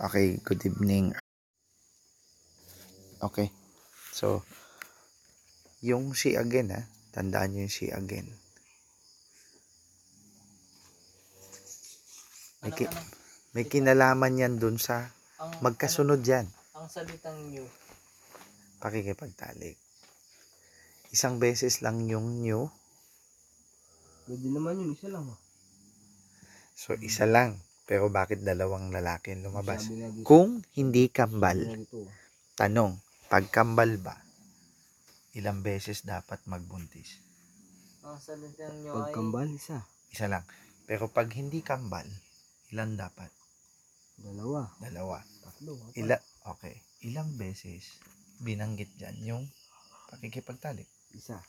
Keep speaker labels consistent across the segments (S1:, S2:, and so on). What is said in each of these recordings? S1: Okay, good evening. Okay. So, yung she again ha, tandaan nyo yung she again. May, ki-
S2: Anong-
S1: may kinalaman yan dun sa
S2: Ang, ano,
S1: magkasunod yan.
S2: Ang, ang salitang new.
S1: Pakikipagtalik. Isang beses lang yung new.
S2: Pwede naman yun, isa lang.
S3: ah.
S2: Oh.
S1: So, isa lang. Pero bakit dalawang lalaki ang lumabas?
S2: na dito.
S1: Kung hindi kambal.
S2: dito.
S1: Tanong, pagkambal ba, ilang beses dapat magbuntis?
S2: Ang salitang new
S3: Pagkambal, isa.
S1: Isa lang. Pero pag hindi kambal, ilan dapat?
S3: Dalawa,
S1: Dalawa.
S3: tatlo. apat.
S1: Ila okay. Ilang beses binanggit dyan yung pakikipagtalik?
S3: Isa.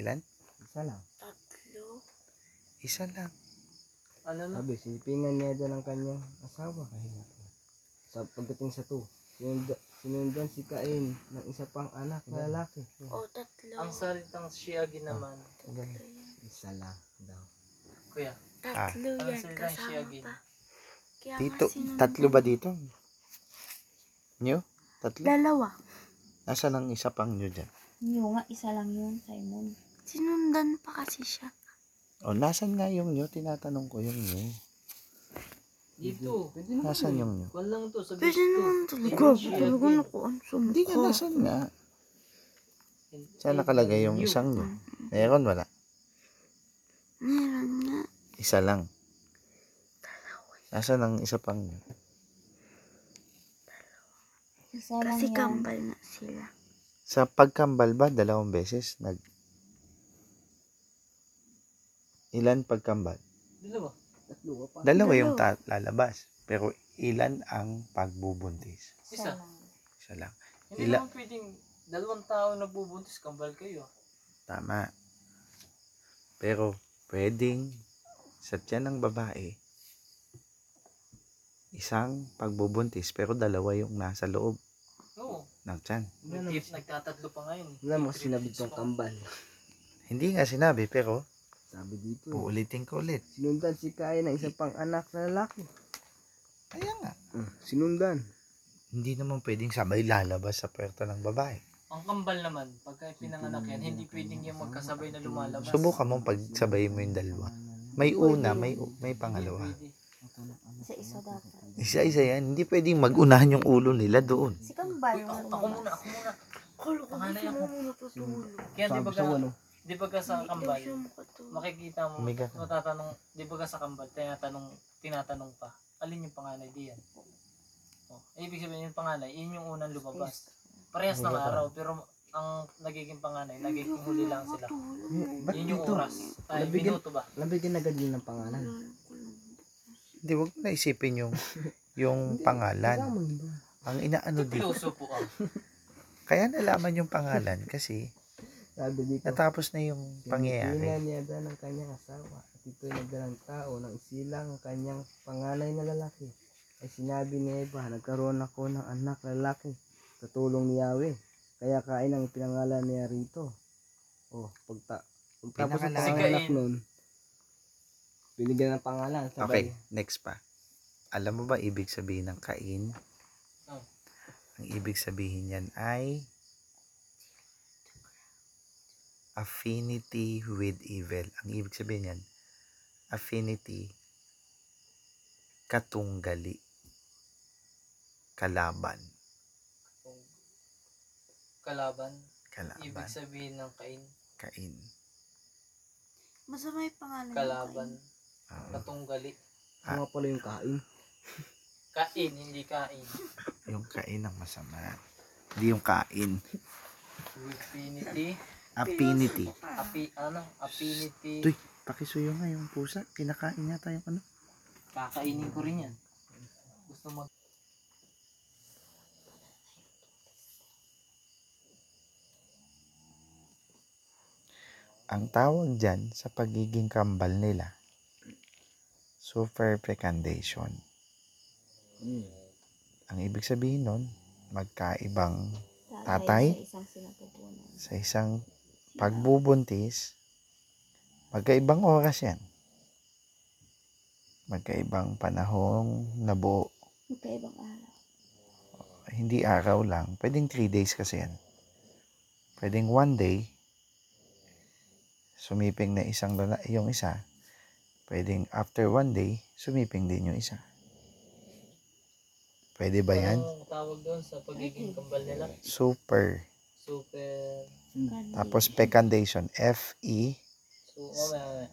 S1: Ilan?
S3: Isa lang.
S1: Isa lang.
S2: ay... Ano na?
S3: Sabi, silipingan niya doon ang kanyang asawa. Sa pagdating sa to, sinundan, sinundan si Cain ng isa pang anak na lalaki.
S2: Ang salitang shiagi naman.
S3: Isa lang daw.
S2: Kuya,
S3: Ah.
S4: Tatlo
S2: ang
S4: yan,
S2: salitang
S4: kasama
S2: shiagi.
S4: pa. Kaya nga
S1: Dito,
S4: sinundan-
S1: tatlo ba dito? Nyo? Tatlo?
S4: Dalawa.
S1: Nasa ng isa pang nyo dyan?
S5: Yung nga, isa lang yun, Simon.
S4: Sinundan pa kasi siya.
S1: O, nasan nga yung nyo? Tinatanong ko yung nyo.
S2: Dito.
S1: Nasaan yung nyo?
S2: Kwan lang to, sa
S4: Pwede naman
S2: gusto. Yung
S4: talaga. Grabe talaga
S2: shiagi.
S4: naku, ang Oh, sumukha.
S1: Hindi nga, nasan nga? Saan nakalagay yung isang nyo? Meron, wala.
S4: Meron nga.
S1: Isa lang. Nasaan ang isa pang nyo?
S5: Isa lang
S4: Kasi
S5: yun.
S4: kambal na sila.
S1: Sa pagkambal ba, dalawang beses? Nag... Ilan pagkambal?
S2: Dalawa.
S3: Tatlo ka pa.
S1: Dalawa yung ta- lalabas. Pero ilan ang pagbubuntis?
S5: Isa
S2: Isa.
S5: lang.
S1: Isa lang.
S2: Hindi
S1: Ila-
S2: naman pwedeng dalawang tao nagbubuntis, kambal kayo.
S1: Tama. Pero pwedeng sa tiyan ng babae, isang pagbubuntis pero dalawa yung nasa loob
S2: Oo.
S1: ng tiyan.
S3: Wala naman
S2: Nag-
S3: siya.
S2: nagtatatlo pa ngayon. eh.
S3: Wala naman kasi sinabi tong kambal.
S1: Hindi nga sinabi pero
S3: Sabi dito,
S1: uulitin ko ulit.
S3: sinundan si Cain ng isa pang anak na lalaki.
S1: Kaya nga.
S3: Mm, Sinundan.
S1: Hindi naman pwedeng sabay lalabas sa puerta ng babae.
S2: Ang kambal naman, pagka pinanganak yan, hindi pwedeng yung magkasabay na lumalabas.
S1: Subukan mong pagsabay mo yung dalawa. May una, may, u- may pangalawa.
S2: Pwede.
S5: Isa-isa dapat.
S1: Isa-isa yan. Hindi pwedeng mag-unahan yung ulo nila doon.
S5: Si
S2: Uy,
S5: kambal.
S2: ako,
S5: yung
S2: ako
S5: lumabas.
S2: muna, ako muna.
S4: Kala ko
S2: Panganay
S4: gusto
S2: ako.
S4: mo matutulog.
S2: Kaya di
S3: Sabi
S2: ba
S3: sa
S2: ka,
S3: ano,
S2: di ba ka sa kambal,
S4: Gusto mo katulog.
S2: makikita mo,
S1: Umiga ka.
S2: matatanong, di ba ka sa kambal, tinatanong, tinatanong pa, alin yung panganay di yan? Oh, eh, ibig sabihin yung panganay, yun yung unang lumabas. Parehas ng araw, pero ang nagiging panganay, nagiging huli lang sila.
S4: Matulog.
S3: Hmm, ba't
S2: Yun yung
S3: dito?
S2: oras. Ay,
S3: Nabigyan-
S2: minuto ba?
S3: nabigyan agad yun ng pangalan.
S1: Hindi, wag mo naisipin yung, yung pangalan.
S3: Kasama yun doon.
S1: Ang inaano dito.
S2: Piloso po ako.
S1: Kaya nalaman yung pangalan kasi
S3: Sabi dito,
S1: natapos na yung pangyayari.
S3: Pinipinan niya daw ng kanyang asawa at ito'y nagdalang tao ng silang ang kanyang panganay na lalaki. Ay sinabi ni Eva, nagkaroon ako ng anak na lalaki, katulong ni Yahweh. Kaya kain ang pinangalan niya rito. O, pagta pagtapos ng
S1: Pinangalan.
S3: panganak
S2: Kain.
S3: nun, binigyan ng pangalan.
S1: Okay,
S3: Sabay,
S1: next pa. Alam mo ba ibig sabihin ng kain?
S2: Oh.
S1: Ang ibig sabihin yan ay affinity with evil. Ang ibig sabihin yan, affinity katunggali kalaban
S2: Kung Kalaban, ibig
S1: kalaban
S2: sabihin ng kain,
S1: kain
S4: Masama yung pangalan. eh. ng
S2: kalaban,
S1: Oo.
S2: katunggali.
S3: Ano nga pala yung kain?
S2: Kain, hindi kain.
S1: yung kain ang masama hindi yung kain
S2: Infinity,
S1: affinity
S2: api, ano, affinity.
S1: Tuy, pakisuyo nga yung pusa. Kinakain niya tayong ano.
S2: Kakainin ko rin yan. Gusto mo.
S1: Ang tawag dyan sa pagiging kambal nila, super fecundation. Ang ibig sabihin nun, magkaibang Tatay?
S5: Sa isang sila pupunan.
S1: sa isang pagbubuntis, magkaibang oras yan. Magkaibang panahong nabuo
S5: Magkaibang araw.
S1: Hindi araw lang. Pwedeng 3 days kasi yan. Pwedeng one day, sumiping na isang lala, yung isa. Pwedeng after one day, sumiping din yung isa. Pwede ba yan?
S2: Anong tawag doon sa pagiging kambal nila?
S1: Super.
S2: Super...
S5: Kandi.
S1: Tapos fecundation. F-E,
S2: So, mamaya, mamaya.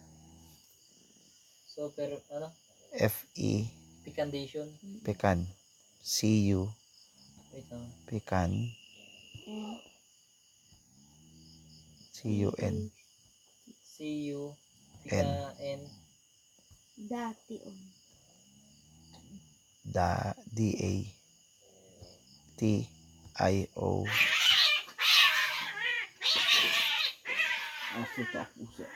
S2: Super, ano?
S1: F-E,
S2: Fecundation.
S1: pecan. C-U,
S2: Wait lang.
S1: pecan.
S5: And
S1: C-U-N.
S2: C-U. Fica- N.
S5: dati oh. on.
S1: da D A T I O
S3: Aso ta, usa.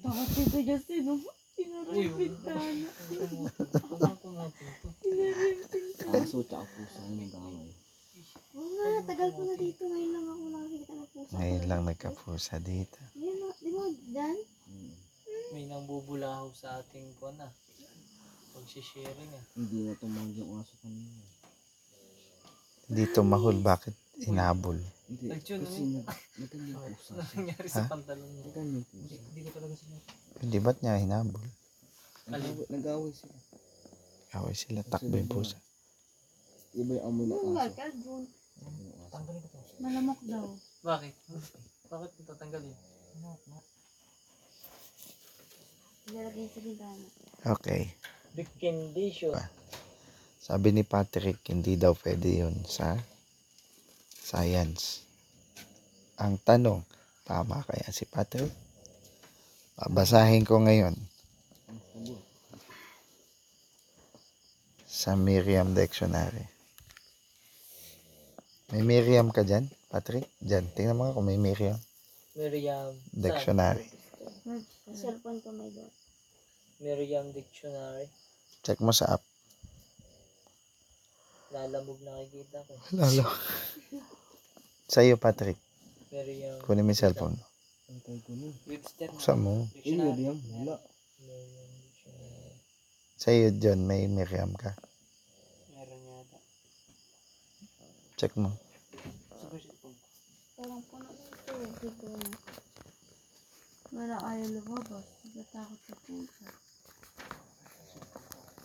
S5: Bakit ito dyan sino?
S2: Ayun.
S5: Pinaripintana.
S2: Ang kumotin to.
S3: Aso ta, pusa. Ano yung gamay?
S5: Oo nga, tagal ko na dito. Ngayon lang ako nakakita ng pusa.
S1: Ngayon lang nagkapusa dito.
S5: Ngayon lang, di ba, Dan?
S3: Hmm.
S2: May nang bubulahaw sa ating kuwan na. Pag-sharing ah.
S3: Hindi na tumawag yung aso kanina.
S1: Hindi tumahol. Bakit inabol?
S3: Hindi,
S2: Nag-tune,
S3: kasi
S2: ano?
S3: nag, nagan yung pusa.
S2: Ano nangyari sa pantalon niya?
S3: Nagan yung pusa.
S2: Hindi ko talaga sila.
S1: Hindi ba't niya hinabol?
S3: Nag-away- Nag-away sila.
S1: Kaway sila. Takbo yung pusa.
S3: Iba yung amoy ng
S5: Oo nga,
S3: aso.
S5: Calvin.
S2: Tanggalin ko to.
S5: Malamok daw.
S2: Bakit? Bakit ito tanggalin?
S5: Ilalagay sa bintana.
S1: Okay.
S2: Fecundation.
S1: Sabi ni Patrick, hindi daw pwede yun sa science. Ang tanong, tama kaya si Patrick? Babasahin ko ngayon sa Miriam Dictionary. May Miriam ka dyan, Patrick? Dyan, tingnan mo nga kung may Miriam
S2: Miriam. Saan?
S1: Dictionary.
S5: Cellphone ko may doon.
S2: Miriam Dictionary.
S1: Check mo sa app.
S2: Lalamog nakikita ko.
S1: Lalo. Sa'yo, Patrick.
S2: Miriam.
S1: Kunin mo yung cellphone.
S3: Ang tawag ko nun.
S2: Webster.
S1: Buksan mo.
S3: Eh, Miriam, wala.
S2: Miriam Dictionary.
S1: Sa'yo, John, may Miriam ka.
S2: Meron yata.
S1: Check mo.
S2: Super cellphone.
S5: Parang puno na ito. Dito na. Wala ayaw lumabas. Natatakot sa pusa.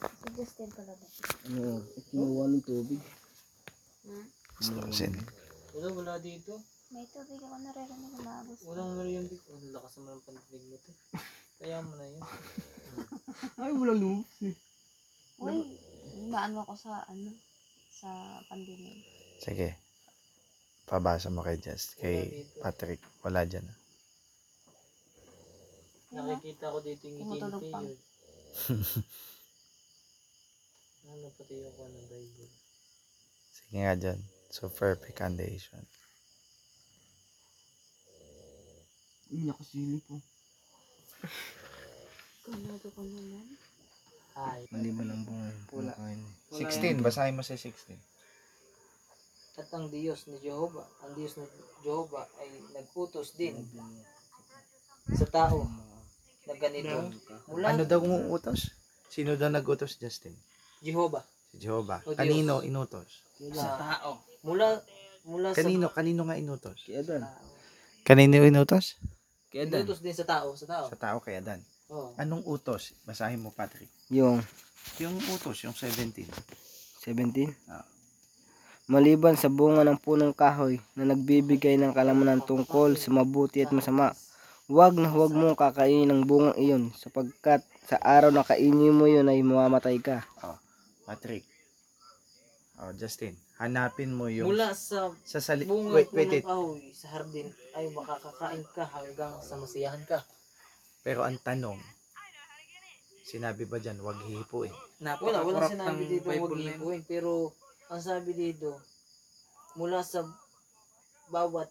S5: Si Justin pala ba?
S3: Oo, eh, kinuha ng tubig.
S1: Slosin.
S2: Wala, wala dito.
S5: May tubig ako naririnig umabos.
S2: Walang Miriam Dictionary. Ang lakas naman ang pandinig mo to. Kaya mo na yun.
S3: Ay, walang lumabas eh.
S5: Uy, maano ako sa ano? Sa pandemya.
S1: Sige. Pabasa mo kay Just. Kay Patrick. Wala dyan.
S2: Nakikita ko dito yung ngiti ni
S5: Tumutulog pa.
S2: Taylor. ano pati yung kuha ng Bible?
S1: Sige nga dyan. Super fecundation.
S3: Hindi ako silip po.
S5: Kanado ko naman.
S2: Ay.
S3: Mali ba lang buhay?
S2: Wala. Wala yan.
S1: Basahin mo sa 16.
S2: At ang Diyos ni Jehovah, ang Diyos ni Jehovah ay nagutos din sa tao na ganito. Mula
S1: Ano daw kung utos? Sino daw nag-utos, Justin?
S2: Jehovah.
S1: Si Jehovah.
S2: O Oh, Diyos.
S1: Kanino inutos?
S2: Sa tao. Mula, mula sa
S1: Kanino? Kanino nga inutos?
S3: Kaya dan.
S1: Kanino inutos?
S3: Kaya dan.
S2: Nagutos din sa tao, sa tao. Oh.
S1: Sa tao kay Adan.
S2: Oo.
S1: Anong utos? Basahin mo, Patrick.
S3: Yung
S1: Yung utos, yung 17.
S3: 17.
S1: Ah.
S3: Maliban sa bunga ng punong kahoy na nagbibigay ng kalaman tungkol sa mabuti at masama, huwag na huwag mong kakainin ng bungang iyon sapagkat sa araw na kainin mo yun ay mamamatay ka.
S1: Patrick. Oh, Justin, hanapin mo yung
S2: Mula sa
S1: sa sali-
S2: bunga
S1: wait,
S2: po
S1: wait,
S2: ng
S1: wait.
S2: kahoy sa hardin ay makakakain ka hanggang sa masiyahan ka.
S1: Pero ang tanong, sinabi ba dyan, wag hipo eh.
S2: Na, wala, wala sinabi dito huwag hipuin. Pero, ang sabi dito, mula sa bawat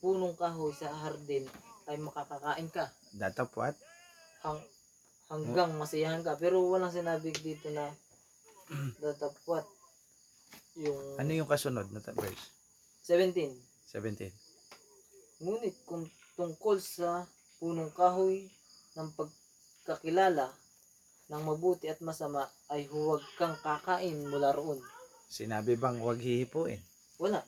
S2: punong kahoy sa hardin ay makakakain ka
S1: Datapwat?
S2: hang, hanggang masiyahan ka. Pero walang sinabi dito na datapwat yung
S1: Ano yung kasunod na ta- verse?
S2: 17.
S1: 17.
S2: Ngunit kung tungkol sa punong kahoy ng pagkakilala ng mabuti at masama ay huwag kang kakain mula roon.
S1: Sinabi bang huwag hihipuin?
S2: Wala,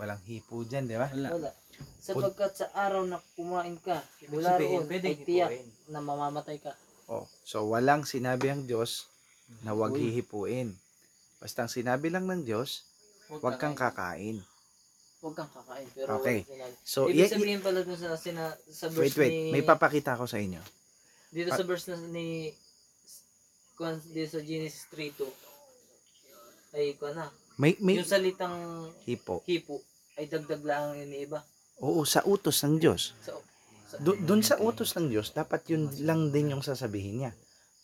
S1: Walang hipo dyan, di ba?
S2: wala. Sapagkat sa araw na kumain ka mula roon ay
S3: eh.
S2: tiyak na mamamatay ka.
S1: Oh, so walang sinabi ang Diyos na huwag hihipuin. Basta ang sinabi lang ng Diyos, huwag kang kakain.
S2: Huwag kang kakain. Pero
S1: Okay.
S2: okay. Wala
S1: So, i-
S2: Ibig
S1: i-
S2: sabihin pala dun sa, sina, sa verse
S1: wait, wait.
S2: ni...
S1: May ah. papakita ako sa inyo.
S2: Dito sa verse na ni kung- dito sa Genesis 3:2 ay ko na.
S1: May, may
S2: Yung salitang
S1: hipo.
S2: hipo ay dagdag lang ang iniiba.
S1: Oo, sa utos ng Diyos.
S2: So, so
S1: Do, doon sa utos ng Diyos, dapat yun lang din yung sasabihin niya.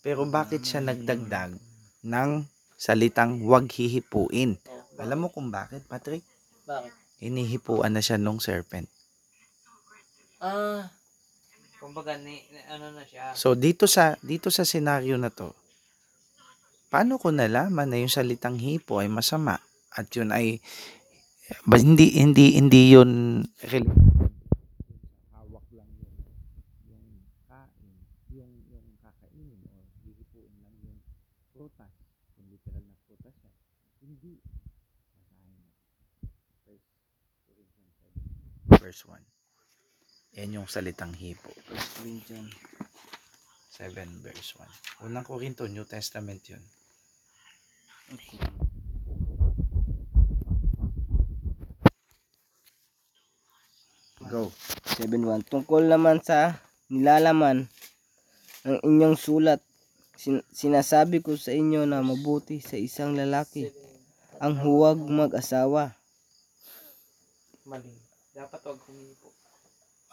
S1: Pero bakit siya nagdagdag ng salitang huwag hihipuin?
S2: oh, ba-
S1: Alam mo kung bakit, Patrick?
S2: bakit?
S1: Hinihipuan na siya nung serpent.
S2: Ah,
S3: Kumbaga, ni, ano na siya,
S1: So dito sa dito sa senaryo na to, paano ko nalaman na yung salitang hipo ay masama at yun ay ba, hindi hindi hindi yun rel- hawak lang yun yung kain yung yung kakainin o hihipuin lang yung prutas yung literal na prutas siya hindi basahin mo. First Corinthians 7, verse 1 yan yung salitang hipo
S3: Green John.
S1: 7 verse 1. Unang Korinto, New Testament yun.
S3: Okay.
S1: Go.
S3: 7.1 Tungkol naman sa nilalaman ng inyong sulat, sin- sinasabi ko sa inyo na mabuti sa isang lalaki ang huwag mag-asawa.
S2: mali. Dapat wag humipo.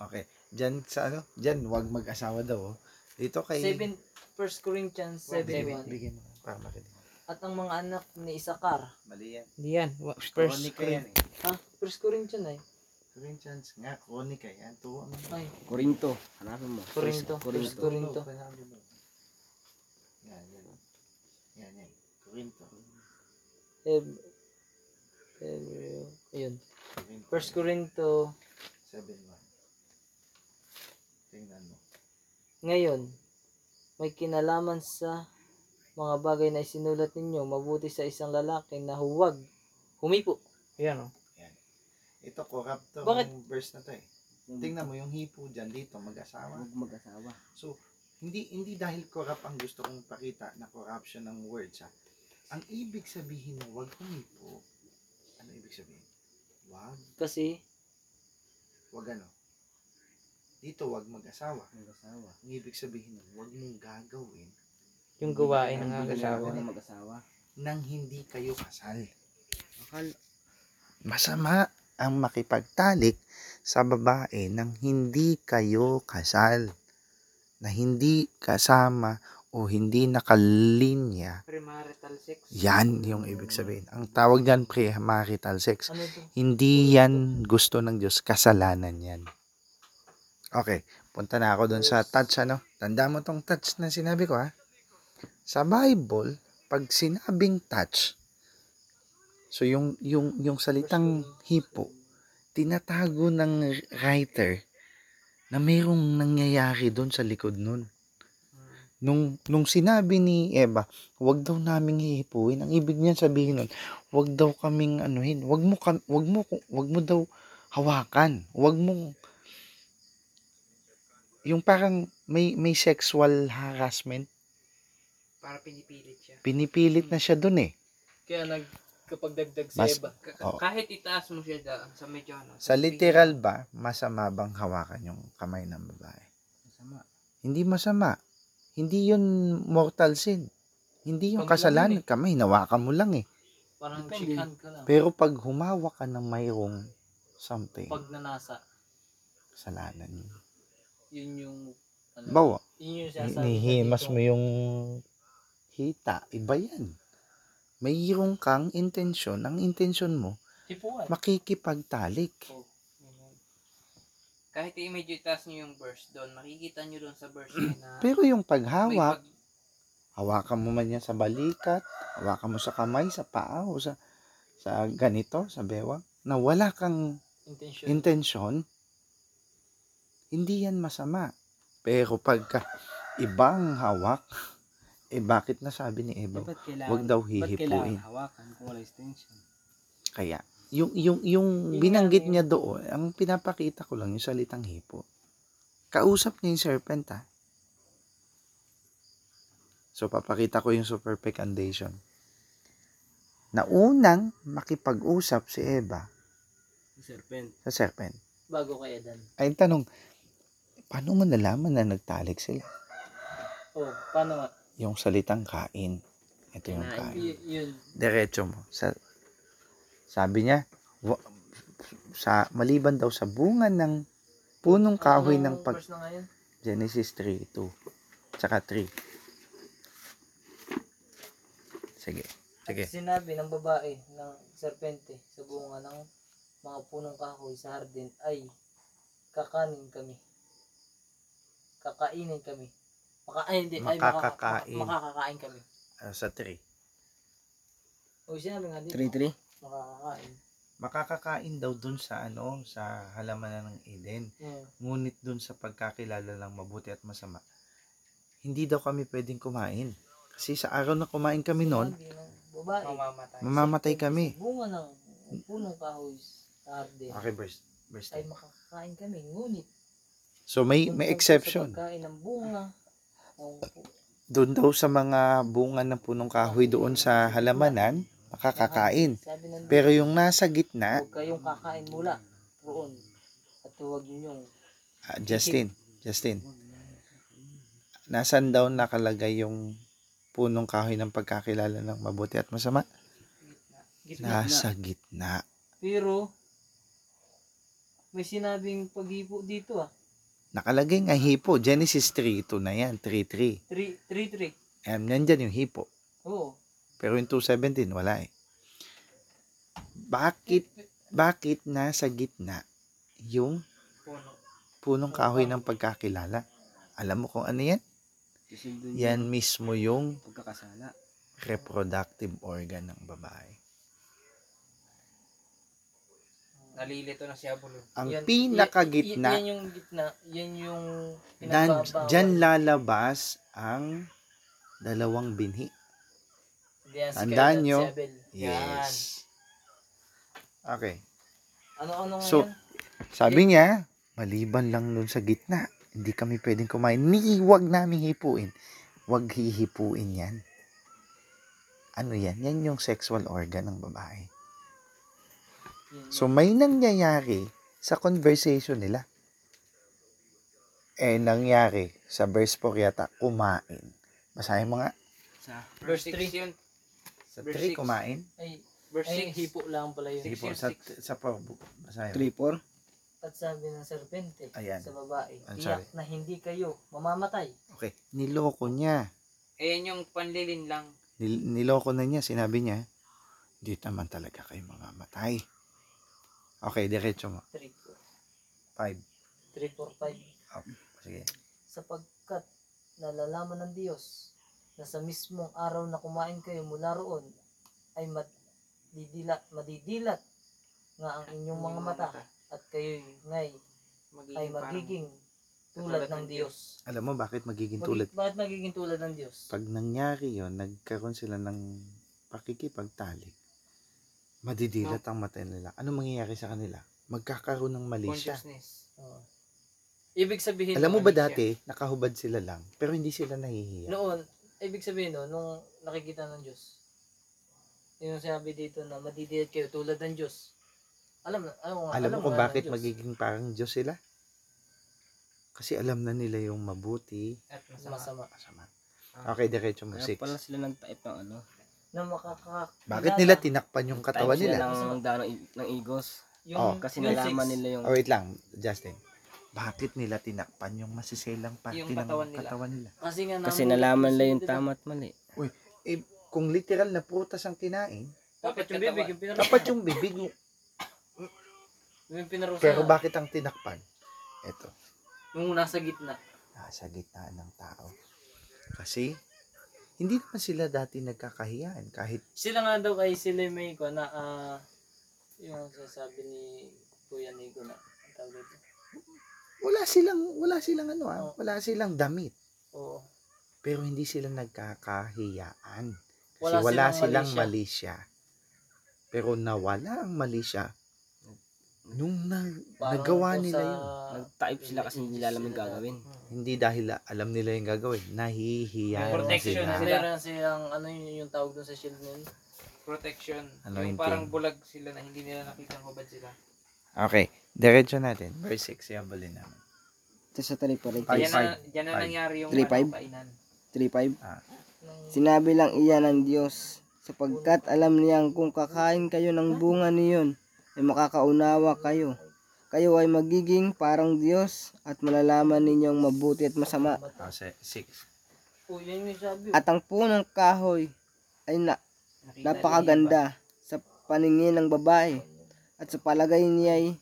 S1: Okay. Diyan sa ano? Diyan, wag mag-asawa daw. oh. Dito kay...
S2: 7 1 Corinthians 7:1.
S1: Bigyan mo. Para makinig.
S2: At ang mga anak ni Isakar.
S1: Mali yan.
S3: Hindi yan.
S1: Kronika yan eh.
S2: Ha? 1 Corinthians ay.
S1: Corinthians nga, kronika yan. Tuwa mo.
S2: Ay,
S3: Korinto. Hanapin mo.
S2: Korinto.
S3: Korinto.
S2: First Korinto.
S1: Sinabi mo. Yan, yan. oh. Yan, yan. Korinto.
S2: Ev- Ev- Ayun.
S1: Korinto.
S2: 1 Corinthians
S1: 7 Tingnan mo.
S2: Ngayon, may kinalaman sa mga bagay na isinulat ninyo, mabuti sa isang lalaki na huwag humipo. Yan o.
S1: Ito, corrupt to.
S2: Bakit?
S1: yung verse na to eh. Tingnan mo, yung hipo dyan dito, mag-asawa.
S3: Huwag mag-asawa.
S1: So, hindi hindi dahil corrupt ang gusto kong pakita na corruption ng words ha. Ang ibig sabihin na wag humipo, ano ibig sabihin? Wag,
S2: Kasi,
S1: wag ano? Dito wag mag-asawa.
S3: Mag-asawa.
S1: Ang ibig sabihin na wag mong gagawin
S2: yung gawain
S1: ng
S2: ng
S1: mag-asawa.
S2: asawa.
S3: Huwag mag-asawa.
S1: nang hindi kayo kasal.
S3: Akal,
S1: Masama ang makipagtalik sa babae nang hindi kayo kasal. Na hindi kasama o hindi nakalinya
S2: Premarital sex.
S1: Yan yung ibig sabihin. Ang tawag dyan pre-marital sex.
S2: Ano ito?
S1: Hindi yan gusto ng Diyos. Kasalanan yan. Okay. Punta na ako dun sa touch ano. Tanda mo tong touch na sinabi ko ha. Sa Bible, pag sinabing touch, so yung, yung, yung salitang hipo, tinatago ng writer na mayroong nangyayari doon sa likod nun. Nung, nung sinabi ni Eva, wag daw naming hihipuin. Ang ibig niyan sabihin nun, wag daw kaming anuhin. Wag mo kam, wag mo wag mo daw hawakan. Wag mong yung parang may may sexual harassment,
S2: Para pinipilit siya.
S1: pinipilit na siya doon eh.
S2: Kaya nag kapag dagdag
S1: si Mas-
S2: Eva.
S1: Oo.
S2: Kahit itaas mo siya sa medyo ano.
S1: Sa literal ba, masama bang hawakan yung kamay ng babae?
S3: masama.
S1: Hindi masama. Hindi yun mortal sin. Hindi yung
S2: Kamay lang
S1: kasalanan.
S2: yun eh.
S1: Kamay, nawakan mo lang eh.
S2: Parang
S3: Depende.
S2: chikan ka lang.
S1: Pero pag humawak ka ng mayroong something,
S2: Pag nanasa,
S1: kasalanan yun.
S2: yun yung ano,
S1: Bawa,
S2: yun yung sinasabi sa
S1: Hinihimas
S2: dito.
S1: mo yung hita. Iba yan. Mayroong kang intensyon. Ang intensyon mo,
S2: Hipuan.
S1: makikipagtalik.
S2: Kahit i-medyo itaas nyo yung verse doon, makikita nyo doon sa verse na
S1: Pero yung paghawak, hawakan mo man yan sa balikat, hawakan mo sa kamay, sa paa, o sa, sa ganito, sa bewang, na wala kang
S2: intention.
S1: intensyon, hindi yan masama. Pero pagka ibang hawak, eh bakit nasabi ni Eva,
S3: Dapat kailangan,
S1: wag daw
S3: ba't kailangan
S1: hihipuin.
S3: hawakan kung wala extension?
S1: Kaya, yung, yung, yung
S2: Yun
S1: binanggit
S2: nga,
S1: niya doon, ang pinapakita ko lang yung salitang hipo. Kausap niya yung serpent, ha? So, papakita ko yung super fecundation. Naunang makipag-usap si Eva
S3: Serpent.
S1: sa serpent.
S2: Bago kay Edan.
S1: Ay, tanong, paano mo nalaman na nagtalik sila?
S2: Oh, paano nga?
S1: Yung salitang kain. Ito yung
S2: Kinain.
S1: kain.
S2: Y- yun.
S1: Diretso mo. Sa, sabi niya, wa- sa, maliban daw sa bunga ng punong kahoy ng
S2: Anong
S1: pag
S2: verse na ngayon?
S1: Genesis 3, 2, tsaka 3. Sige. Sige.
S2: At sinabi ng babae ng serpente sa bunga ng mga punong kahoy sa hardin ay kakanin kami. Kakainin kami. Maka, ay, hindi, ay, makaka-
S1: Makakakain.
S2: makakakain kami.
S1: Ah, sa 3.
S2: O sinabi nga dito,
S3: 3-3?
S2: makakakain.
S1: Makakakain daw dun sa ano, sa halamanan ng Eden.
S2: Mm.
S1: Ngunit dun sa pagkakilala lang mabuti at masama, hindi daw kami pwedeng kumain. Kasi sa araw na kumain kami noon,
S2: Sinabi ng babae,
S6: mamamatay.
S1: mamamatay
S2: serpente
S1: kami. Ah.
S2: sa Bunga ng punong kahoy sa hardin
S1: Okay, verse, verse
S2: ay
S1: 10.
S2: makakakain kami. Ngunit,
S1: So may
S2: dun
S1: may
S2: sa-
S1: exception.
S2: Sa pagkain ng bunga, ng pu-
S1: Doon daw sa mga bunga ng punong kahoy doon sa halamanan, makakakain.
S2: Sabi ng
S1: Pero yung nasa gitna,
S2: Huwag kayong kakain mula roon. At huwag ninyong
S1: ah, Justin, Justin. Nasaan daw nakalagay yung punong kahoy ng pagkakilala ng mabuti at masama? Nasa gitna.
S2: Pero, may sinabing paghipo dito ah.
S1: Nakalagay nga hipo. Genesis 3, ito na yan. 3-3.
S2: 3-3.
S1: Um, nandyan yung hipo.
S2: Oo.
S1: Pero yung 217, wala eh. Bakit, bakit nasa gitna yung punong kahoy ng pagkakilala? Alam mo kung ano yan?
S3: Susundo niya
S1: Yan mismo yung
S3: pagkakasala.
S1: reproductive organ ng babae.
S6: Nalilito na si Abulo.
S1: Ang
S2: Yan- y-
S1: pinakagitna,
S2: yan yung gitna. Yan yung
S1: dan,
S2: pinagbabawal.
S1: dyan lalabas ang dalawang binhi.
S2: Yan, si
S1: Tandaan
S2: Cain at
S1: nyo.
S2: si Abel. Yan. Ano,
S1: Yes. Okay.
S2: Ano-ano nga
S1: So,
S2: yan?
S1: Sabi niya, maliban lang dun sa gitna, hindi kami pwedeng kumain. Ni, wag namin hipuin. Wag hihipuin yan. Ano yan? Yan yung sexual organ ng babae.
S2: Yan.
S1: So, may nangyayari sa conversation nila. Eh, nangyari sa verse 4 yata, kumain. Basahin mo nga.
S3: Sa
S2: Verse
S6: Six
S2: 3.
S6: yun.
S1: Sa 3,
S6: Verse six.
S1: kumain.
S2: Ay,
S6: Verse
S2: ay,
S6: 6.
S2: hipo lang pala yun.
S1: Sige po, sa, sa 4, basahin mo.
S3: 3-4?
S2: At sabi ng serpente
S1: Ayan.
S2: sa babae,
S1: I'm
S2: tiyak na hindi kayo mamamatay.
S1: Okay. Niloko niya.
S6: Ayan yung panlilin lang.
S1: Nil- niloko na niya, sinabi niya, di naman talaga kayo mamamatay. Okay, diretso mo.
S2: 3,
S1: Five.
S2: 3, 4, 5.
S1: Sige.
S2: sapagkat nalalaman ng Diyos na sa mismong araw na kumain kayo mula roon ay madidilat, madidilat nga ang inyong mga mata at kayo ngay
S6: Magiging
S2: ay
S6: parang-
S2: magiging tulad ng Diyos.
S1: Alam mo bakit magiging tulad?
S2: Mag- bakit magiging tulad ng Diyos?
S1: Pag nangyari yon nagkaroon sila ng pakikipagtalik. Madidilat ang mata nila. Ano mangyayari sa kanila? Magkakaroon ng mali siya.
S6: Consciousness.
S2: Oo. Ibig sabihin
S1: Alam mo ba
S6: Mali siya.
S1: dati, nakahubad sila lang, pero hindi sila nahihiya.
S2: noon, ibig sabihin no, nung nakikita ng Diyos, yun yung sabi dito na madidilat kayo tulad ng Diyos. Alam na, alam mo, nga,
S1: Alam mo kung
S2: nga ng
S1: bakit
S2: Diyos.
S1: magiging parang Diyos sila? Kasi alam na nila yung mabuti,
S6: At
S2: masama.
S6: masama.
S1: masama. Okay, diretso mo.
S3: Kaya
S1: Six.
S3: pala sila nag-type ng ano.
S2: Na makaka
S1: Bakit nila tinakpan yung katawan
S3: Type
S1: nila?
S3: sila ng, ng, ng, ng igos.
S1: Oh,
S3: Kasi
S2: yung
S3: nalaman
S2: six.
S3: nila yung...
S1: Oh, wait lang, Justin. Bakit nila tinakpan yung masiselang parte
S6: Yung katawan
S1: ng
S6: nila.
S1: katawan nila?
S2: Kasi nga
S3: Kasi
S2: naman-
S3: nalaman nila yung
S2: Diba?
S3: tama at mali.
S1: Eh, kung literal na prutas ang kinain,
S2: Dapat yung bibig, yung pinaro.
S1: dapat yung bibig mo.
S2: Yung pinaro
S1: Pero bakit ang tinakpan? Ito,
S2: Yung nasa gitna.
S1: nasa gitna ng tao. Kasi, hindi naman sila dati nagkakahiyan. Kahit
S2: Sila nga daw kay sila yung may ko na ah, yung sasabi ni Kuya Nico na ang tawag dito.
S1: Wala silang, wala silang ano ah,
S6: Oh.
S2: Oo.
S1: wala silang damit.
S2: Oo.
S1: Pero hindi sila nagkakahiyaan. Kasi
S2: Wala
S1: wala,
S2: silang
S1: silang, mali siya. Pero nawala ang mali siya. Nung na,
S2: Parang
S1: nagawa
S2: po
S1: nila
S2: sa-
S1: yun.
S3: Nagtaip sila kasi hindi nila alam yung gagawin.
S1: Hindi dahil alam nila yung gagawin. Nahihiya
S6: May
S1: na
S6: protection
S1: sila.
S6: na sila.
S2: Meron silang, ano yun yung tawag doon sa shield na yun?
S6: Protection.
S1: Ano
S6: yung
S1: yung
S6: parang
S1: team?
S6: bulag sila na hindi nila nakita kung ba't sila.
S1: Okay, diretso natin. Verse 6, siyabulin naman.
S3: Tapos sa 3-5.
S1: Five,
S6: Diyan na,
S1: five.
S6: diyan na
S1: Five.
S6: nangyari yung
S3: Three, five?
S6: ano, kainan.
S3: 3-5.
S1: Ah.
S2: Nung-
S3: Sinabi lang iyan ng Diyos, sapagkat alam niyang kung kakain kayo ng bunga niyon, ay makakaunawa kayo. Kayo ay magiging parang Diyos at malalaman ninyong mabuti at masama.
S1: Kasi 6.
S2: Oh, yun yung sabi.
S3: At ang punong kahoy ay na-
S6: Nakita
S3: napakaganda sa paningin ng babae at sa palagay niya ay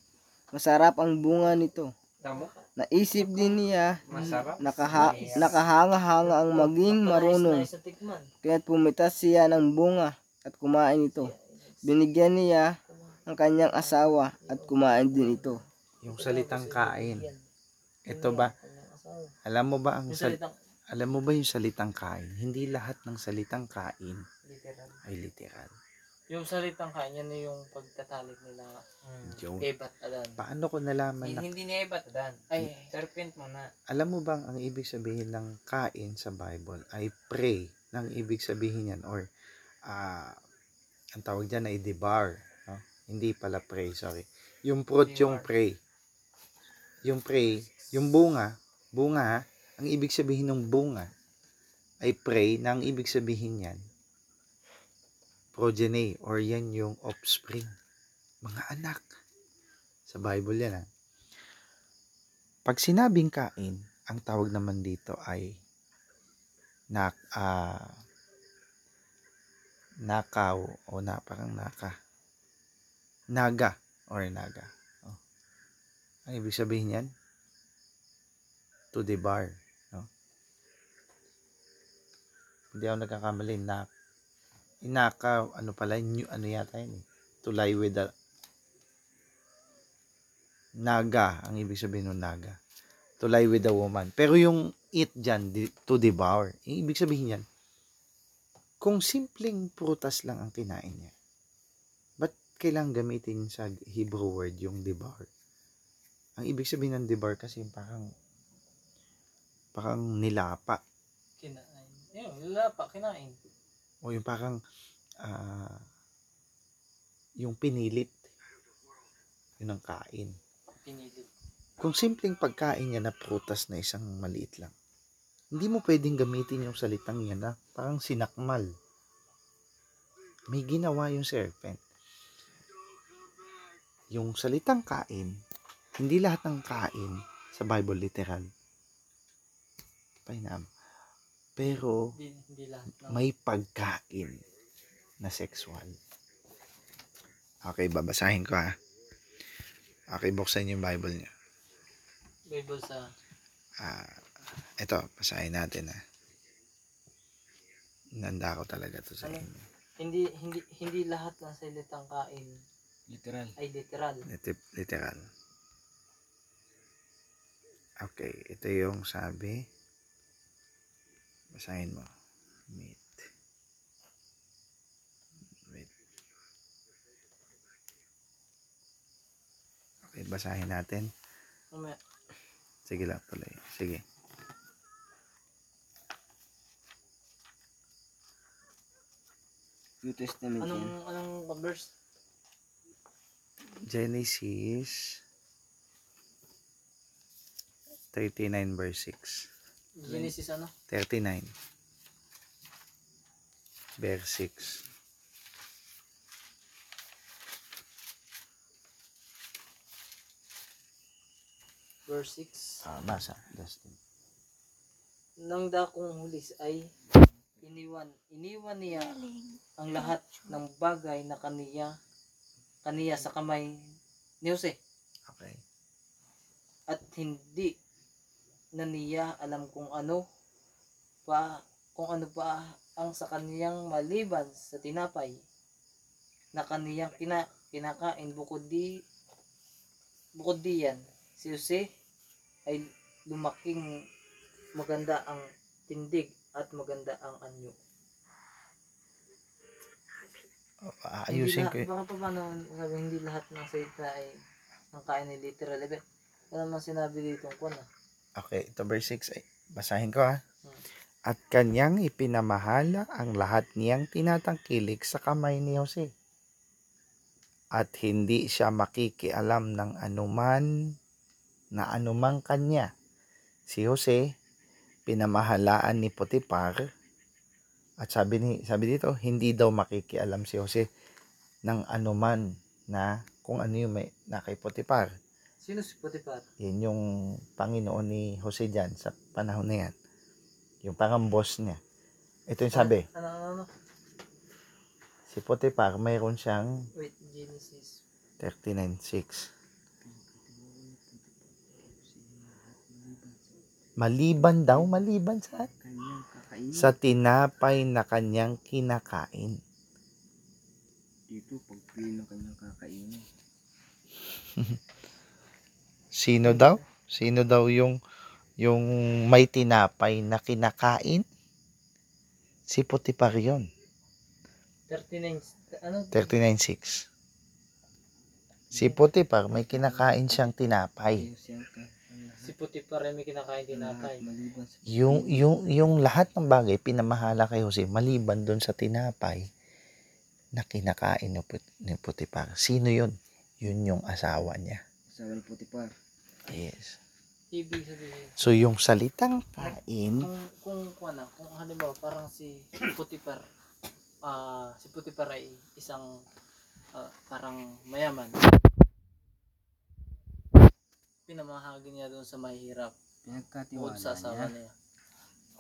S3: masarap ang bunga nito.
S6: Tamo?
S3: Naisip din niya
S6: Masarap?
S3: nakaha- nakahanga-hanga ang maging marunong.
S2: Sa tikman.
S3: Kaya't pumitas siya ng bunga at kumain ito. Binigyan niya ang kanyang asawa at kumain din ito.
S1: Yung salitang kain. Ito ba? Alam mo ba ang
S2: Yung
S1: sal-
S2: salitang,
S1: alam mo ba yung salitang kain? Hindi lahat ng salitang kain
S6: Literal.
S1: ay literal.
S2: yung salitang kain, yan na yung pagtatalik nila.
S1: Yun.
S2: Eva at Adan.
S1: Paano ko nalaman na Hmm.
S6: Hin- Hindi niya ibat, Dan.
S2: Ay,
S6: Serpent mo na.
S1: alam mo bang ang ibig sabihin ng kain sa Bible ay pray ng ibig sabihin yan or ah ang tawag dyan ay devour. no? Hindi pala pray, sorry. Yung fruit yung
S6: Devour.
S1: pray. Yung pray, yung bunga, bunga ha, ang ibig sabihin ng bunga ay pray na ang ibig sabihin yan progeny or yan yung offspring. Mga anak. Sa Bible yan ah. ha. Pag sinabing kain, ang tawag naman dito ay nak ah, nakaw o na parang naka naga or naga oh. ang ibig sabihin yan to the bar no hindi ako nagkakamali na inaka ano pala new, ano yata yun eh to lie with the naga ang ibig sabihin ng naga to lie with a woman pero yung eat dyan di- to devour Yung ibig sabihin yan kung simpleng prutas lang ang kinain niya ba't kailangan gamitin sa Hebrew word yung devour ang ibig sabihin ng devour kasi parang parang nilapa
S2: kinain. Yun, wala pa, kinain.
S1: O yung parang ah, yung pinilit. Yun ang kain.
S2: Pinilit.
S1: Kung simpleng pagkain niya na prutas na isang maliit lang, hindi mo pwedeng gamitin yung salitang yan na parang sinakmal. May ginawa yung serpent. Yung salitang kain, hindi lahat ng kain sa Bible literal. Painam. Pero,
S2: Hindi, hindi lahat. ng-
S1: may pagkain na sexual. Okay, babasahin ko ha. Okay, buksan yung Bible niyo.
S2: Bible sa
S1: Ah, ito, basahin natin ha. Nanda ko talaga to sa
S2: Ano?
S1: inyo.
S2: hindi hindi hindi lahat ng salitang kain
S6: Literal.
S2: ay literal.
S1: Liti- Literal. Okay, ito yung sabi. Basahin mo. Meat. Wait. Okay, basahin natin.
S2: Mamaya,
S1: Sige lang tuloy. Sige.
S3: New Testament
S2: Anong
S3: yan.
S2: anong verse?
S1: Genesis 39 verse 6.
S2: Genesis ano?
S1: 39 verse 6
S2: Verse 6.
S1: ah, basa Dustin
S2: Nang dakong hulis ay iniwan iniwan niya ang lahat ng bagay na kaniya kaniya sa kamay ni Jose
S1: okay
S2: at hindi na niya alam kung ano pa kung ano pa ang sa kaniyang maliban sa tinapay na kaniyang kina, kinakain bukod di bukod diyan si Jose ay lumaking maganda ang tindig at maganda ang anyo.
S1: Ayusin ko
S2: hindi
S1: yun.
S2: lahat, Baka pa paano sabi, hindi lahat ng salita ay ang kain ay literal. Eh, but wala naman sinabi dito ah? ang kuna.
S1: Okay, ito verse 6. Ay, basahin ko ha.
S2: Hmm.
S1: At kanyang ipinamahala ang lahat niyang tinatangkilik sa kamay ni Jose. At hindi siya makikialam ng anuman na anumang kanya. Si Jose, pinamahalaan ni Potiphar. At sabi, ni, sabi dito, hindi daw makikialam si Jose ng anuman na kung ano yung may, na kay Potiphar
S2: Sino si Potiphar?
S1: yun yung Panginoon ni Jose Jan sa panahon na yan. Yung parang boss niya. Ito yung sabi,
S2: Ano, ano, ano?
S1: si Potiphar mayroon siyang
S2: Wait, Genesis.
S1: 39.6. Maliban daw, maliban sa
S3: Kanyang kakainin
S1: sa tinapay na kanyang kinakain.
S3: dito pag pino kanyang kakainin.
S1: Sino daw? Sino daw yung yung may tinapay na kinakain? Si Potiphar yun.
S2: 39. Ano?
S1: 39.6. Si Potiphar, may kinakain siyang tinapay.
S3: Ayaw siyang kakainin.
S2: Si Potiphar ay may kinakain eh.
S3: Lahat
S2: tinatay.
S3: maliban sa
S1: Yung, yung, yung lahat ng bagay, pinamahala kay Jose, maliban doon sa tinapay na kinakain ni Put- ni Potiphar. Sino yun? Yun yung asawa niya.
S3: asawa ni Potiphar.
S1: Yes.
S2: Ibig sabihin,
S1: So, yung salitang kain,
S2: kung kung kung ano, kung halimbawa parang si Putipar ah si Putipar ay isang ah, parang mayaman. Pinamahagi niya doon sa mahirap bukod
S3: Pinagkatiwala
S2: sa asawa niya.
S3: niya.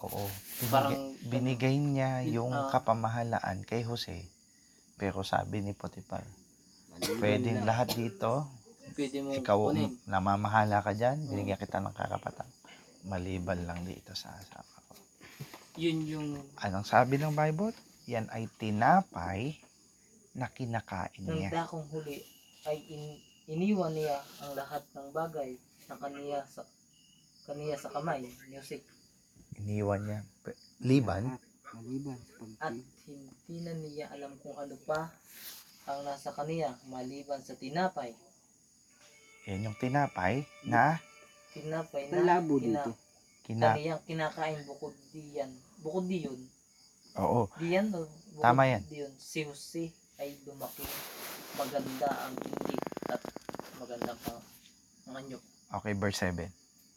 S1: oo,
S2: Parang-
S1: binigay, binigay niya
S2: Bin-
S1: yung
S2: ah.
S1: kapamahalaan kay Jose. Pero sabi ni Potiphar,
S3: Maliban
S1: pwedeng
S3: lang.
S1: lahat dito,
S2: Pwede mo
S1: ikaw
S2: kunin.
S1: um, namamahala ka dyan, binigyan kita ng karapatan. Maliban lang dito sa asawa ko.
S2: Yun yung
S1: Anong sabi ng Bible? Yan ay tinapay na kinakain
S2: nang
S1: niya.
S2: dakong huli ay in, iniwan niya ang lahat ng bagay na kaniya sa kaniya sa kamay, music,
S1: Iniwan niya. P- Liban?
S3: Lahat Maliban sa
S2: at
S3: pagpino.
S2: hindi na niya alam kung ano pa ang nasa kaniya maliban sa tinapay
S1: Yan yung tinapay na
S2: tinapay na
S3: Malabo
S2: kina-
S3: dito.
S1: kina...
S2: kaniyang kinakain bukod diyan. Bukod diyon.
S1: Oo.
S2: Diyan o bukod
S1: Tama yan.
S2: diyon. Si Jose ay lumaki. Maganda ang tindig at maganda pa ang anyo.
S1: Okay, verse 7.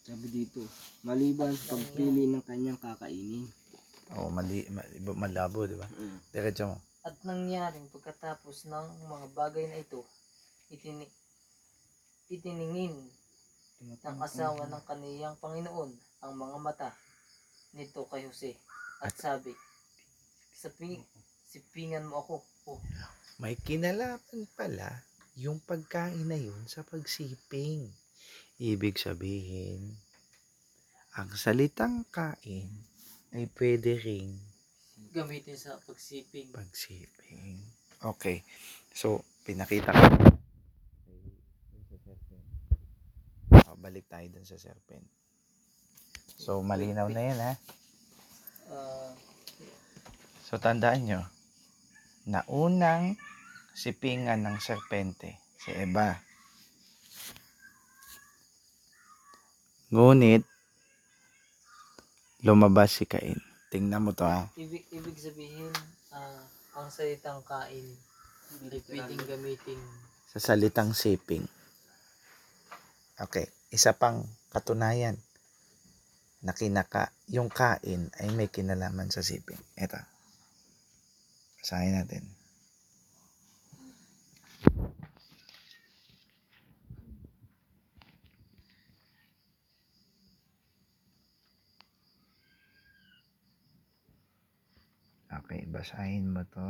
S3: Sabi dito, maliban sa pagpili ng kanyang kakainin.
S1: Oo, mali, mali- malabo, di ba?
S3: Mm.
S1: Diretso mo.
S2: At nangyaring pagkatapos ng mga bagay na ito, itini itiningin ng asawa ng kaniyang Panginoon ang mga mata nito kay Jose at sabi, sapi, sipingan mo ako. Oh,
S1: May kinalaman pala yung pagkain na yun sa pagsiping. Ibig sabihin, ang salitang kain ay pwede ring
S2: gamitin sa pagsiping.
S1: pagsiping. Okay. So, pinakita ko. Oh, balik tayo dun sa serpent. So, malinaw na yan, ha?
S2: Ah,
S1: So, tandaan nyo, naunang sipingan ng serpente, si Eva. Ngunit, lumabas si Cain. Tingnan mo to, ah. ha?
S2: ibig, ibig sabihin, ah, ang salitang kain ay pwedeng gamitin.
S1: sa salitang siping. Okay, isa pang katunayan na kinaka, yung kain ay may kinalaman sa siping. Ito. Basahin natin. Okay, basahin mo to.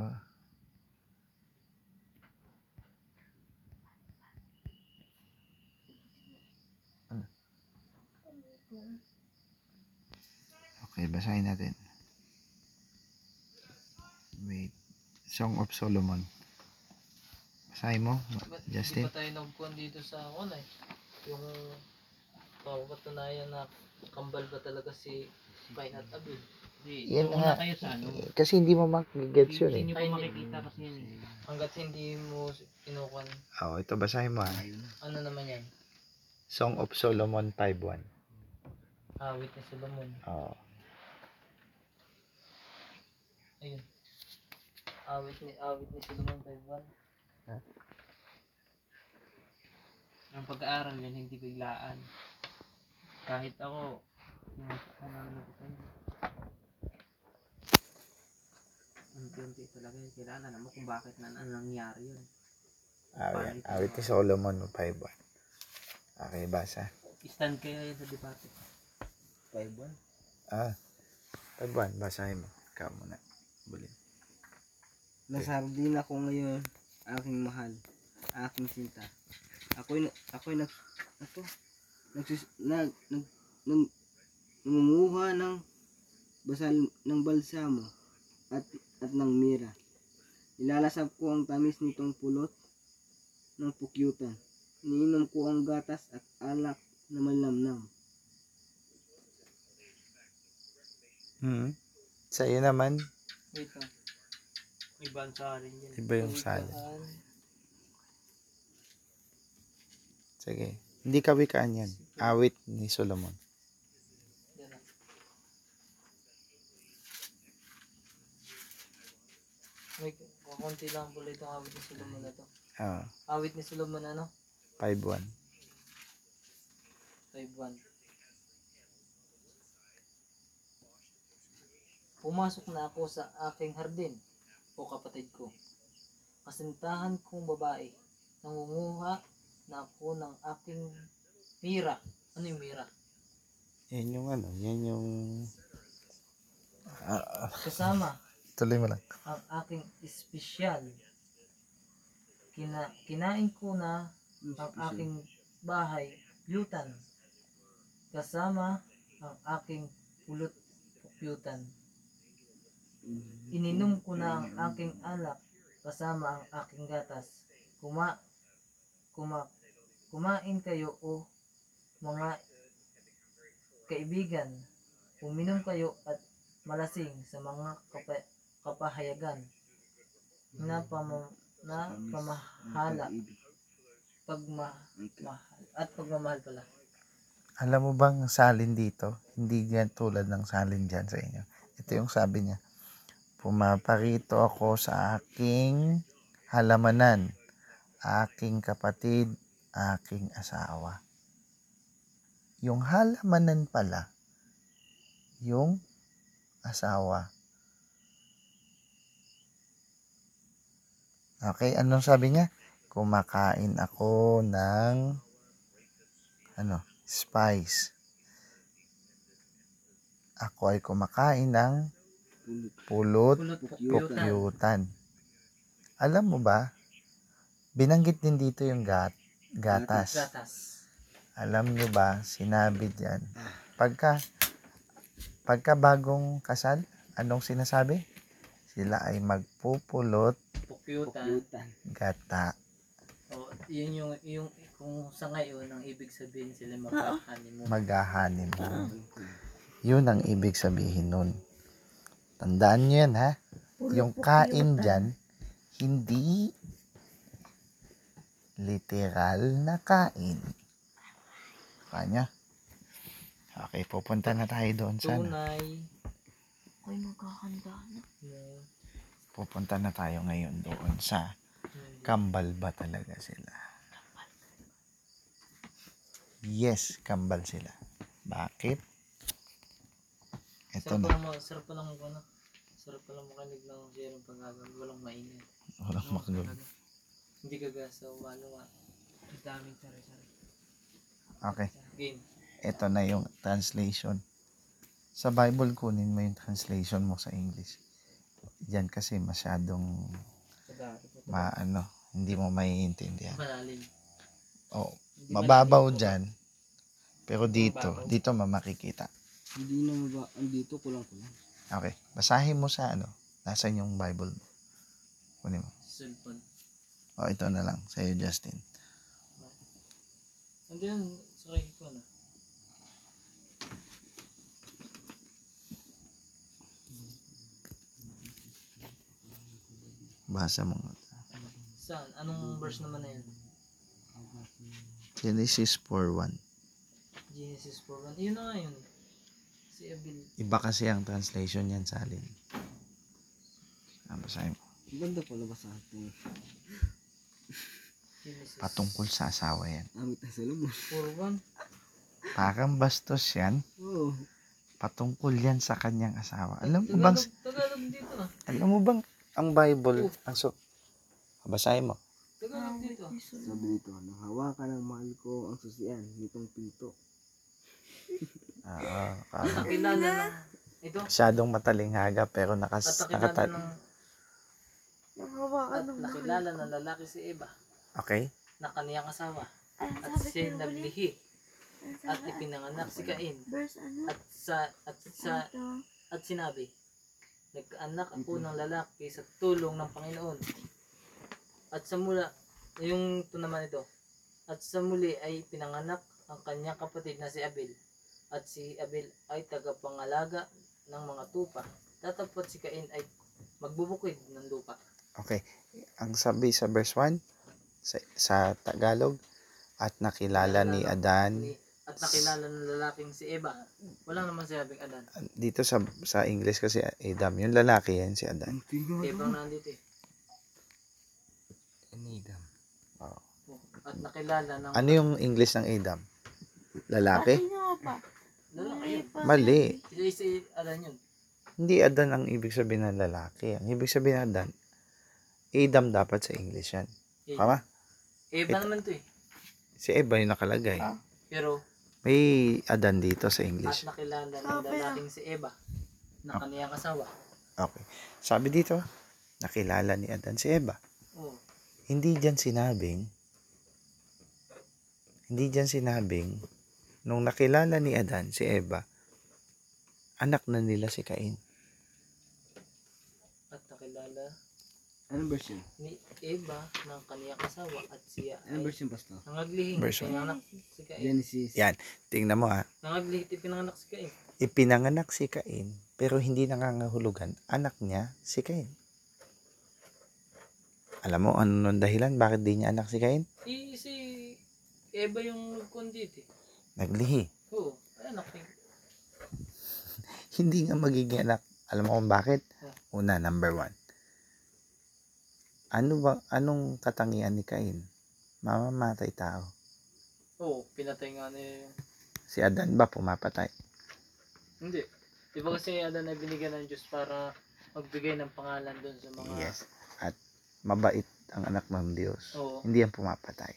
S1: Okay, basahin natin. Wait. Song of Solomon. Basahin mo,
S2: Ba't
S1: Justin.
S2: hindi pa tayo nagkuhan dito sa online? Yung ano eh, mapapatunayan na kambal ba talaga si Kain at Abel.
S1: Yan na nga. Kasi hindi mo mag-gets yun eh.
S2: Hindi ko makikita kasi Hanggat hindi mo inukuan,
S1: Oh, ito basahin mo ah.
S2: ano naman yan?
S1: Song of Solomon 5.1.
S2: Ah, witness sa Lamon.
S1: Oh.
S2: Ayun. Ah, witness, ah, witness sa Lamon, type 1.
S6: Ang pag-aaral yan, hindi biglaan. Kahit ako, unti-unti talaga yun. Kailangan alam mo kung bakit na, ano nangyari yun.
S1: Awit. Awit ni Ah, Solomon 5.1. Okay, basa.
S6: Stand kayo yun sa debate.
S3: 5-1.
S1: Ah. 5.1, basahin mo. Ikaw muna. Bulin.
S3: Nasardin ako ngayon, aking mahal, aking sinta. Ako'y, na- ako'y nag, ato, nagsis, nag, nag, nang, namumuha ng basal, ng balsamo at, at ng mira. Nilalasap ko ang tamis nitong pulot ng pukyutan. Iniinom ko ang gatas at alak na malamnam.
S1: Hmm. Sa'yo naman,
S6: Wait lang. May bansa rin yun.
S1: iba yung sa'yo. Sige. Hindi kawikaan yan. Awit ni Solomon.
S2: May kakunti lang pala itong awit ni Solomon na to.
S1: Ah.
S2: Awit ni Solomon ano?
S1: 5.1.
S2: 5-1. Pumasok na ako sa aking hardin, o kapatid ko. Kasintahan kong babae, nangunguha na ako ng aking mira. Ano yung mira?
S1: Yan yung ano, yan yung... Ah, ah,
S2: Kasama
S1: tuloy mo lang.
S2: ang aking espesyal. Kina, kinain ko na ang aking bahay, yutan. Kasama ang aking ulot, yutan. Ininom ko na ang aking alak kasama ang aking gatas. Kuma, kuma, kumain kayo o mga kaibigan. Uminom kayo at malasing sa mga kapa, kapahayagan na, pama, na pamahala pagmamahal at pagmamahal pala.
S1: Alam mo bang salin dito? Hindi yan tulad ng salin dyan sa inyo. Ito yung sabi niya. Pumaparito ako sa aking halamanan, aking kapatid, aking asawa. Yung halamanan pala, yung asawa. Okay, anong sabi niya? Kumakain ako ng ano? spice. Ako ay kumakain ng pulot pukyutan. Alam mo ba, binanggit din dito yung gat, gatas.
S2: Gatas.
S1: Alam nyo ba, sinabi dyan, pagka, pagka bagong kasal, anong sinasabi? Sila ay magpupulot
S2: Pukyutan.
S3: Pukyutan.
S1: gata.
S2: O, yun yung, yung, kung sa ngayon, ang ibig sabihin sila
S1: Ah.
S2: magkakanin mo.
S1: maghahanim. Yun ang ibig sabihin nun. Tandaan nyo yan ha. Yung kain dyan, hindi literal na kain. Kanya. Okay, pupunta na tayo doon ano? sana.
S2: Tunay.
S4: Ako'y magkakanda na.
S2: Yeah.
S1: Pupunta na tayo ngayon doon sa kambal ba talaga sila? Yes, kambal sila. Bakit? Ito
S2: Sarap
S1: na.
S2: pa lang mo, sarap pa lang mo, ano, sarap pa lang makinig ng share ng pag-agal. Walang mainit.
S1: Walang makagod.
S2: Hindi ka gasaw, maluwa. Ang daming sari-sari.
S1: Okay.
S2: Game.
S1: Ito na yung translation. Sa Bible, kunin mo yung translation mo sa English. Diyan kasi masyadong maano, hindi mo maiintindihan.
S2: Malalim.
S1: Oh, mababaw dyan. Pero dito, dito mamakikita.
S3: Hindi na maba, andito kulang-kulang.
S1: Okay. Basahin mo sa ano. Nasaan yung Bible mo? Kunin mo.
S2: Sulpan.
S1: O, ito na lang. Sa'yo, Justin.
S2: Nandiyan, sorry ko na.
S1: Basa mga
S2: Saan? Anong verse naman na yun?
S1: Genesis 4.1.
S2: Genesis 4.1. Yun na nga yun. Si Abel.
S1: Iba kasi ang translation yan sa alin. Ah, basahin mo.
S3: Ganda pala ba sa atin?
S2: Genesis
S1: Patungkol sa asawa yan.
S3: Amit na sa lumos.
S2: 4.1.
S1: Parang bastos yan.
S3: Oo.
S1: Patungkol yan sa kanyang asawa. Alam mo bang,
S2: Tagalog, Tagalog dito ah.
S1: alam mo bang ang Bible,
S2: Oh.
S1: ang so, basahin mo.
S2: Tagalog dito ah.
S3: Sabi nito, nanghawakan ng mahal ko ang susian nitong pinto.
S1: Ah, ah, ah.
S2: Nakilala ng... Ito.
S1: masyadong matalinghaga pero
S2: At
S1: nakas,
S2: nakilala
S1: nakatat.
S2: ng...
S5: Nakawakan
S2: At
S5: ng mahal.
S2: nakilala ng lalaki si Eva
S1: Okay?
S2: na kaniyang asawa.
S5: Ay,
S2: At
S5: sabi ko
S2: siya'y
S5: yung huli.
S2: naglihi.
S5: Ang
S2: At
S5: sabi-
S2: ipinanganak si Cain.
S5: Verse ano?
S2: At sa... At sa
S5: Ito.
S2: at sinabi, Nagkaanak ako ng lalaki sa tulong ng Panginoon. At sa mula, yung ito naman ito, at sa muli ay pinanganak ang kanyang kapatid na si Abel. At si Abel ay tagapangalaga ng mga tupa. Tatapat si Cain ay magbubukid ng lupa.
S1: Okay. Ang sabi sa verse 1, sa, sa Tagalog, at nakilala ni Adan.
S2: Ni- At nakilala ng lalaking si Eva. Wala naman sinabing Adan.
S1: Dito sa sa English kasi Adam, yung lalaki yan si Adan.
S3: Ang tingo.
S2: Eva ang nandito eh.
S3: Anidam.
S2: At nakilala ng
S1: Ano yung English ng Adam? Lalaki?
S5: Bakit nga pa?
S2: lalaki.
S5: Mali pa.
S1: Mali.
S2: Si, si Adan yun.
S1: Hindi Adan ang ibig sabihin ng lalaki. Ang ibig sabihin ng Adan, Adam dapat sa English yan. Tama?
S2: Eva naman to eh.
S1: Si Eva yung nakalagay.
S2: Pero
S1: May Adan dito sa
S2: at
S1: English.
S2: nakilala ng
S5: Sabi na-
S2: lalaking si Eva na kaniyang asawa.
S1: Okay. Sabi dito, nakilala ni Adan si Eva.
S2: Oo.
S1: hindi diyan sinabing hindi diyan sinabing nung nakilala ni Adan si Eva anak na nila si Cain
S2: At nakilala
S3: Anong version?
S2: ni Eva ng kaniyang asawa at siya
S3: Anong
S2: ay
S3: version basta?
S2: nangaglihing
S1: Version.
S2: pinanganak si Cain.
S3: Genesis.
S1: yan tingnan mo ah. ha
S2: Nangaglihing pinanganak si Cain.
S1: ipinanganak si Cain pero hindi nangangahulugan anak niya si Cain alam mo ano nung dahilan bakit di niya anak si Cain
S2: Eh, si Eva yung nagkundit eh.
S1: naglihi
S2: Oo. Ay, anak ni
S1: hindi nga magiging anak alam mo kung bakit una number one ano ba anong katangian ni Cain mamamatay tao
S2: Oo, oh, pinatay nga ni...
S1: Si Adan ba pumapatay?
S2: Hindi. Di ba kasi Adan ay binigyan ng Diyos para magbigay ng pangalan doon sa mga...
S1: At mabait ang anak ng Diyos.
S2: Oo.
S1: Hindi yan pumapatay.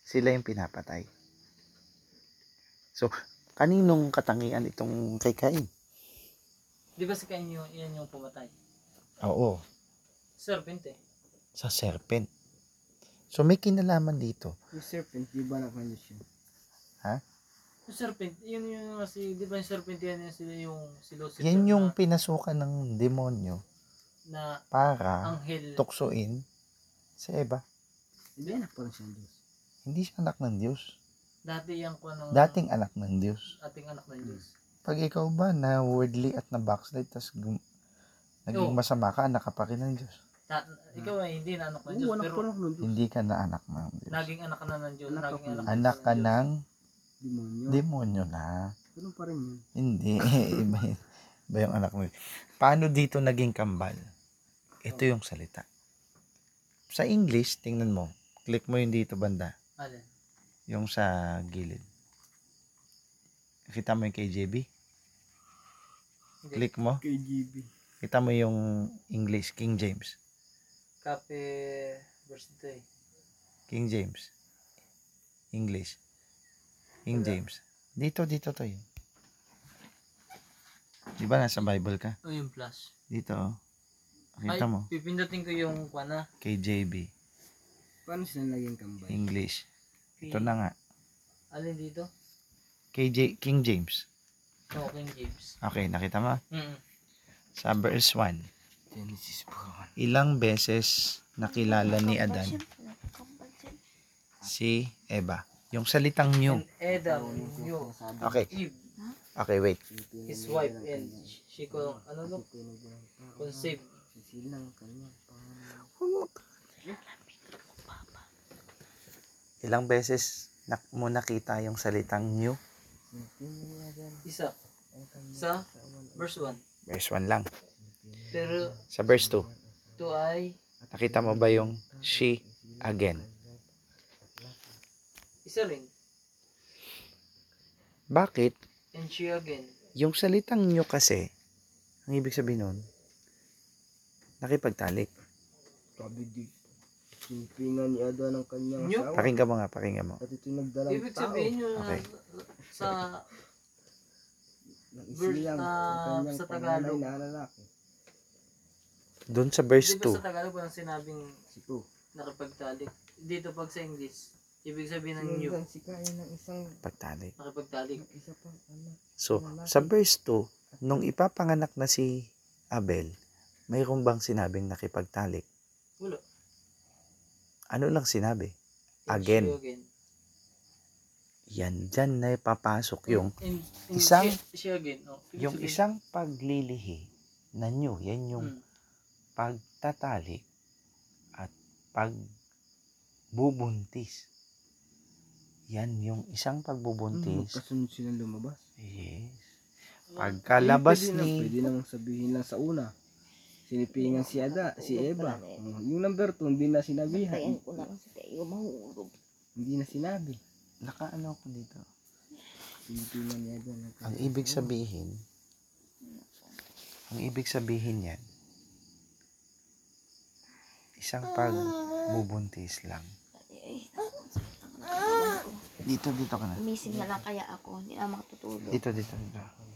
S1: Sila yung pinapatay. So, kaninong katangian itong kay Cain?
S2: Di ba si Cain yung, yan yung pumatay?
S1: Oo.
S2: Serpent eh.
S1: Sa serpent. So, may kinalaman dito.
S3: Yung serpent, di ba nakalusyon?
S2: Yung serpent, yun yung kasi, di ba yung serpent yan yung sila yung si Lucifer
S1: Yan yung
S2: na,
S1: pinasukan ng demonyo
S2: na
S1: para
S2: anghel.
S1: tuksoin si Eva.
S3: Hindi anak pa lang siya ang Diyos.
S1: Hindi siya anak ng Diyos.
S2: Dati yung kung anong
S1: Dating anak ng Diyos.
S2: ating anak ng Diyos.
S1: Pag ikaw ba na worldly at na backslide, tas gum- naging
S2: Oo.
S1: masama ka, anak ka pa rin ng Diyos.
S2: Ta-
S1: Ah.
S2: ikaw ay hindi na anak ng Diyos,
S3: Oo, anak
S2: pero
S3: pa lang ng Diyos.
S1: Hindi ka na anak ng Diyos.
S2: naging anak ka na ng Diyos.
S3: Anak ka
S2: naging
S3: pa.
S2: anak,
S1: Anak ka
S2: ng Diyos.
S1: ng
S3: Hmm. Demonyo.
S1: demonyo na.
S3: Ganun pa rin yun.
S1: Hindi. Iba, yun. iba yung anak mo. Paano dito naging kambal? Ito yung salita. Sa English, tingnan mo. Click mo yung dito banda.
S2: Alin?
S1: Yung sa gilid. Kita mo yung KJB?
S2: Hindi.
S1: Click mo.
S3: KGB.
S1: Kita mo yung English, King James.
S2: Copy verse eh. 3.
S1: King James. English. King James. Dito, dito to yun. Di ba nasa Bible ka?
S3: Oh,
S2: O yung plus.
S1: Dito, oh.
S2: Ay,
S1: Kita mo.
S2: pipindutin ko yung kwan na.
S1: KJB.
S3: Paano sila naging kambay?
S1: English. Ito na nga.
S2: Alin dito?
S1: KJ, King James.
S2: No, King James.
S1: Okay, nakita mo?
S2: Mm-mm.
S1: Sa verse 1.
S3: Genesis po.
S1: Ilang beses nakilala ni Adan
S5: Siyempre, kapansin.
S1: si Eva. Yung salitang new.
S2: And Adam knew
S1: Okay,
S2: Eve,
S1: okay, wait.
S2: his wife, and she, she co- ano no? conceived
S3: Sa silang kanyang panganay.
S1: Ilang beses na, mo nakita yung salitang new?
S3: Sinabi niya dyan
S2: Isa.
S3: ang kanyang
S2: Sa
S3: kasawan at
S2: verse 1.
S1: Verse 1 lang.
S2: Pero
S1: Sa verse 2,
S2: ito ay
S1: nakita mo ba yung she again?
S2: isa rin.
S1: Bakit?
S2: And she again.
S1: Yung salitang new kasi, ang ibig sabihin nun, nakipagtalik.
S3: Sabi di, sinipingan niya doon ang kanyang
S2: Nyo?
S3: asawa.
S1: Pakinggan mo nga, pakinggan mo.
S3: At ito'y nagdalang
S2: Ibig
S3: tao
S2: sabihin nyo
S1: Okay.
S2: sa
S3: ng
S2: verse,
S3: isilang
S2: ah,
S3: ang kanyang
S2: sa
S3: panganay
S2: Tagalog.
S3: na lalaki.
S1: Doon sa verse
S2: di ba sa
S1: 2,
S2: Tagalog walang sinabing
S3: Si Tu.
S2: nakipagtalik. Dito pag sa English, ibig sabihin ng new,
S3: Sinundan si Kaya ng isang
S1: pagtalik.
S2: nakipagtalik.
S3: ng isa pang anak.
S1: So, sa verse 2, nung ipapanganak na si Abel, mayroon bang sinabing nakipagtalik?
S2: Wala.
S1: Ano lang sinabi?
S2: And
S1: Again.
S2: she again.
S1: Yan, dyan na ipapasok yung
S2: And, and
S1: Isang-
S2: she, she again. Oh, ibig
S1: Yung
S2: sabihin-
S1: isang paglilihi na nyo, yan yung
S2: Mm.
S1: pagtatali at pagbubuntis. Yan yung isang
S2: Hmm.
S1: pagbubuntis.
S3: Magkasunod Hmm. silang lumabas.
S1: Yes. Pagkalabas
S3: pwede Na,
S1: ni...
S3: pwede namang sabihin lang sa una. Sinipingan si Ada, si Eva.
S2: eh.
S3: Oh, yung number 2, hindi na sinabihan.
S4: Tayan ko na lang si Teo, mahulog.
S3: Hindi na sinabi. ano
S1: Nakaano ko dito.
S3: Sinipingan niya doon. ang
S1: Ang
S3: kanyang
S1: ibig
S3: asawa.
S1: sabihin, ang ibig sabihin yan, isang pagbubuntis lang.
S4: Ay,
S1: Dito, dito ka na.
S4: Missing na lang kaya ako, hindi na makatutulog.
S1: Dito, dito, dito.